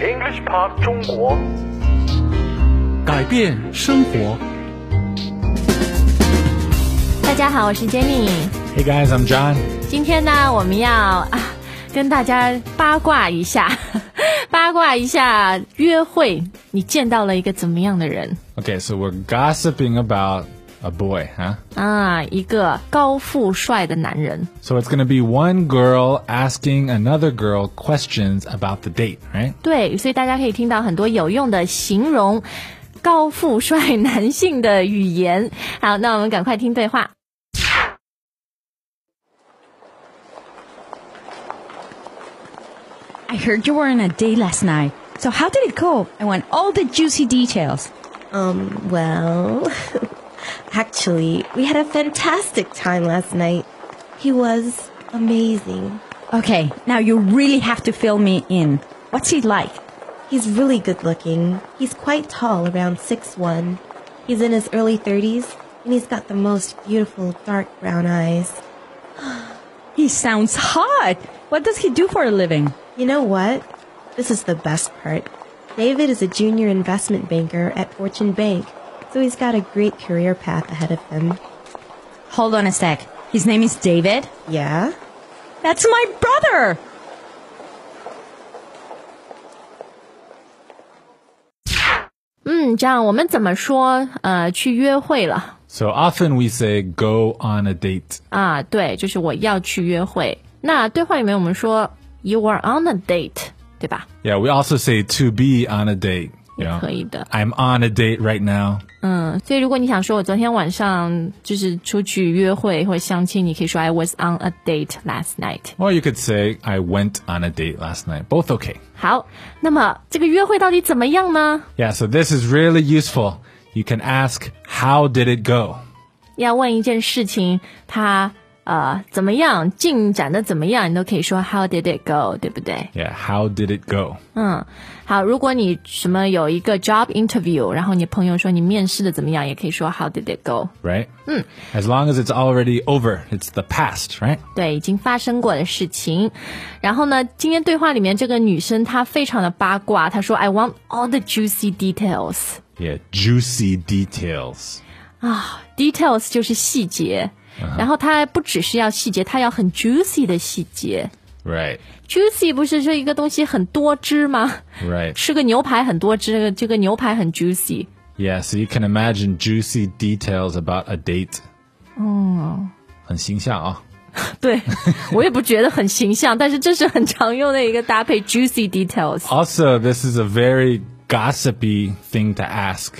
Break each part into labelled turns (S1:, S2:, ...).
S1: English Park 中国，
S2: 改变生活。
S3: 大家好，我是 Jenny。
S2: Hey guys, I'm John。
S3: 今天呢，我们要啊跟大家八卦一下， 八卦一下约会，你见到了一个怎么样的人
S2: Okay, so we're gossiping about a boy, huh?
S3: 啊？一个高富帅的男人，
S2: So it's going to be one girl asking another girl questions about the date, right?
S3: 对，所以大家可以听到很多有用的形容高富帅男性的语言。好，那我们赶快听对话。
S4: I heard you were on a date last night. So how did it go? I want all the juicy details.
S5: Um, well, actually, we had a fantastic time last night. He was amazing.
S4: Okay, now you really have to fill me in. What's he like?
S5: He's really good looking. He's quite tall, around 6'1. He's in his early 30s, and he's got the most beautiful dark brown eyes.
S4: He sounds hot. What does he do for a living?
S5: You know what? This is the best part. David is a junior investment banker at Fortune Bank, so he's got a great career path ahead of him.
S4: Hold on a sec. His name is David.
S5: Yeah?
S4: That's my brother.
S3: 嗯，这样我们怎么说？呃，去约会了
S2: So often we say go on a date.
S3: 啊？对，就是我要去约会。那对话里面我们说 you are on a date，对吧？
S2: Yeah, we also say to be on a date. You
S3: 也
S2: know,
S3: 可以的。
S2: I'm on a date right now.
S3: 嗯，所以如果你想说我昨天晚上就是出去约会或相亲，你可以说 I was on a date last night。
S2: Or you could say I went on a date last night. Both okay.
S3: 好，那么这个约会到底怎么样呢？
S2: Yeah, so this is really useful. You can ask how did it go?
S3: 要问一件事情，它呃怎么样进展的怎么样，你都可以说 How did it go，对不对？
S2: Yeah, how did it go?
S3: 嗯，好，如果你什么有一个 job interview，然后你朋友说你面试的怎么样，也可以说 How did it go？
S2: right? As long as it's already over, it's the past, right?
S3: 对，已经发生过的事情。然后呢，今天对话里面这个女生她非常的八卦，她说 I want all the juicy details。
S2: Yeah, juicy details.
S3: details 就是细节，然后她不只是要细节，她要很 juicy 的细节。
S2: Right,
S3: juicy 不是说一个东西很多汁吗？
S2: right.
S3: 吃个牛排很多汁，这个这个牛排很 juicy。
S2: Yeah, so you can imagine juicy details about a date. Oh. 很形象啊。
S3: 对我也不觉得很形象，但是这是很常用的一个搭配 juicy details。
S2: Also, this is a very gossipy thing to ask.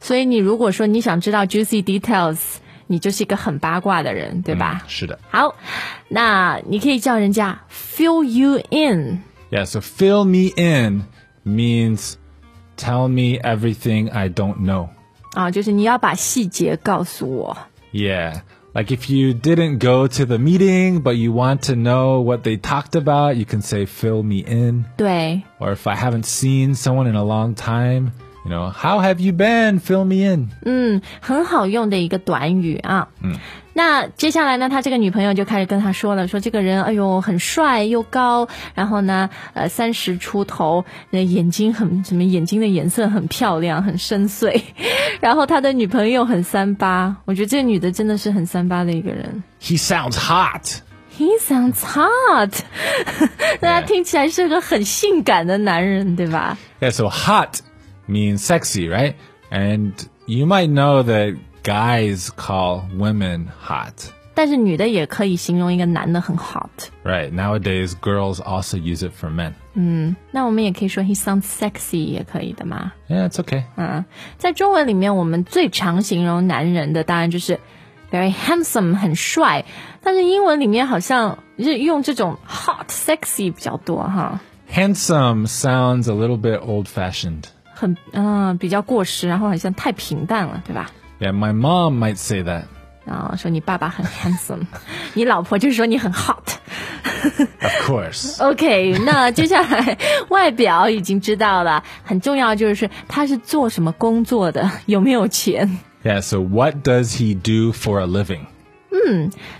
S3: 所以你如果说你想知道 juicy details，你就是一个很八卦的人，对吧？
S2: 嗯是的。
S3: 好，那你可以叫人家 fill you in。
S2: Yeah, so fill me in means tell me everything I don't know.
S3: 啊，就是你要把细节告诉我。
S2: Yeah. Like if you didn't go to the meeting, but you want to know what they talked about, you can say, fill me in.
S3: 对，
S2: Or if I haven't seen someone in a long time, you know, how have you been? Fill me in.
S3: 很好用的一个短语啊。嗯，那接下来呢，他这个女朋友就开始跟他说了，说这个人，哎呦，很帅又高，然后呢，呃，三十出头，那眼睛很什么，眼睛的颜色很漂亮，很深邃。 然后他的女朋友很三八，我觉得这个女的真的是很三八的一个人。
S2: He sounds hot.
S3: He sounds hot，那他
S2: Yeah.
S3: 听起来是个很性感的男人，对吧？
S2: Yeah, so hot means sexy, right? And you might know that guys call women hot.
S3: 但是女的也可以形容一个男的很 hot。
S2: Right. Nowadays, girls also use it for men.
S3: 那我们也可以说 he sounds sexy 也可以的嘛。
S2: Yeah, it's okay.
S3: 嗯，在中文里面，我们最常形容男人的当然就是 very handsome 很帅，但是英文里面好像是用这种 hot sexy 比较多哈，
S2: Handsome sounds a little bit old fashioned.
S3: 很嗯、比较过时，然后好像太平淡了，对吧？
S2: Yeah, my mom might say that.
S3: 然后说你爸爸很 handsome，你老婆就说你很 hot。
S2: Of course.
S3: OK，那接下来外表已经知道了，很重要就是他是做什么工作的，有没有钱。
S2: Yeah, so what does he do for a living?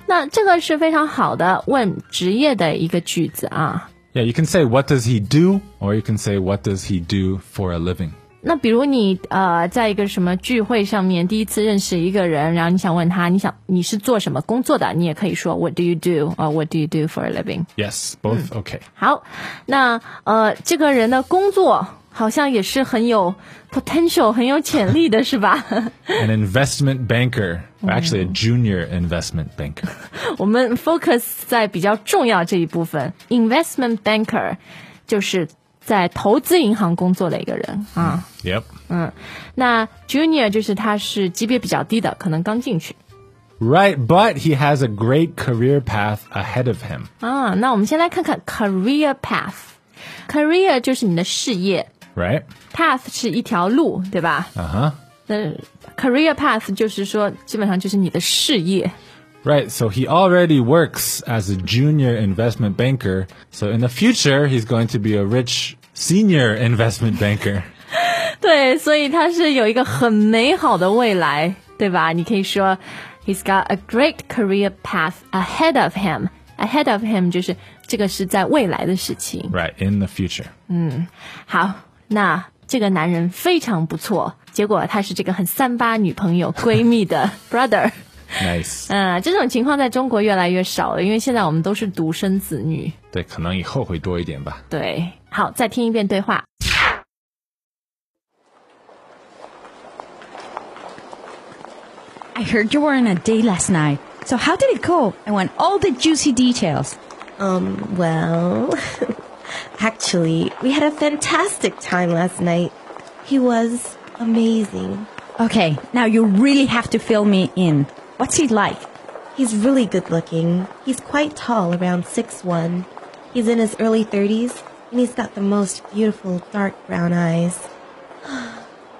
S3: 那这个是非常好的问职业的一个句子啊。
S2: Yeah, you can say what does he do, or you can say what does he do for a living.
S3: 那比如你呃，在一个什么聚会上面第一次认识一个人，然后你想问他，你想你是做什么工作的，你也可以说 What do you do 啊 What do you do for a living？
S2: Yes, both okay.
S3: 好，那呃，这个人的工作好像也是很有 potential，很有潜力的，是吧？
S2: An investment banker, or actually a junior investment banker.
S3: 我们 focus 在比较重要这一部分，investment banker 就是在投资银行工作的一个人啊。
S2: Yep.
S3: 那 junior 就是他是级别比较低的，可能刚进去
S2: Right, but he has a great career path ahead of him.
S3: 啊。那我们先来看看 career path。career 就是你的事业
S2: Right?
S3: ，path 是一条路，对吧？
S2: Uh huh.
S3: 那 career path 就是说，基本上就是你的事业。
S2: Right, so he already works as a junior investment banker. So in the future, he's going to be a rich senior investment banker.
S3: 对，所以他是有一个很美好的未来，对吧？你可以说，He's got a great career path ahead of him. Ahead of him 就是这个是在未来的事情。
S2: right, in the future.
S3: 好，那这个男人非常不错，结果他是这个很三八女朋友闺蜜的 brother。
S2: Nice.
S3: 嗯，这种情况在中国越来越少了，因为现在我们都是独生子女。
S2: 对，可能以后会多一点吧。
S3: 对，好，再听一遍对话。
S4: I heard you were on a date last night. So how did it go? I want all the juicy details.
S5: Um, well, actually, we had a fantastic time last night. He was amazing.
S4: Okay, now you really have to fill me in. What's he like?
S5: He's really good looking. He's quite tall, around 6'1. He's in his early 30s, and he's got the most beautiful dark brown eyes.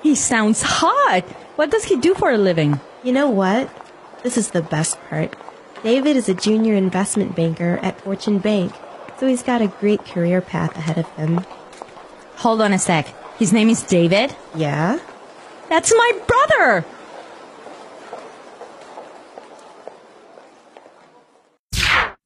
S4: He sounds hot. What does he do for a living?
S5: You know what? This is the best part. David is a junior investment banker at Fortune Bank, so he's got a great career path ahead of him.
S4: Hold on a sec. His name is David.
S5: Yeah?
S4: That's my brother.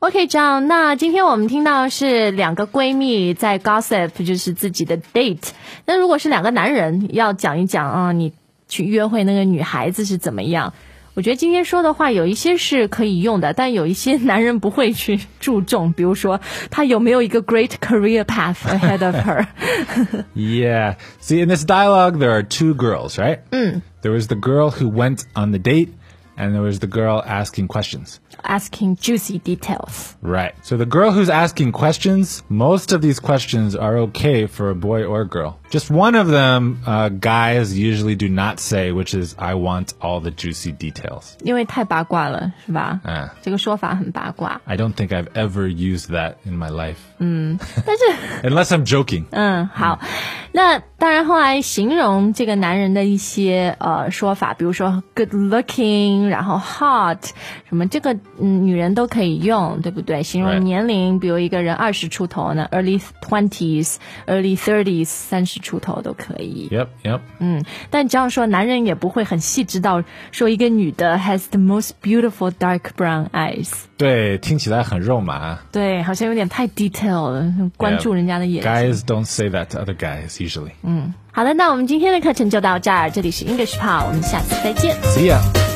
S3: OK，这样，那今天我们听到是两个闺蜜在 gossip，就是自己的 date。那如果是两个男人要讲一讲啊，你去约会那个女孩子是怎么样？我觉得今天说的话有一些是可以用的，但有一些男人不会去 注重，比如说他有没有一个 great career path ahead of her。
S2: Yeah. See, in this dialogue, there are two girls, right? There was the girl who went on the date, and there was the girl asking questions.
S3: asking juicy details。
S2: Right. So the girl who's asking questions, most of these questions are okay for a boy or girl. Just one of them, uh, guys usually do not say, which is, I want all the juicy details.
S3: 因为太八卦了，是吧？
S2: 嗯
S3: 这个说法很八卦，
S2: I don't think I've ever used that in my life.
S3: 但是
S2: Unless I'm joking.
S3: 嗯，好。那当然，后来形容这个男人的一些呃说法，比如说 good looking，然后 hot，什么这个嗯女人都可以用，对不对？形
S2: Right.
S3: 容年龄，比如一个人二十出头呢，early twenties，early thirties，三十出头都可以。
S2: Yep, yep.
S3: 嗯，但这样说，男人也不会很细致到说一个女的 has the most beautiful dark brown eyes。
S2: 对，听起来很肉麻。
S3: 对，好像有点太 detail 了，关注人家的眼睛。
S2: Guys don't say that to other
S3: Mm.
S2: guys usually.
S3: 好的，那我们今天的课程就到这儿，这里是 English p a 我们下次再见。
S2: See ya.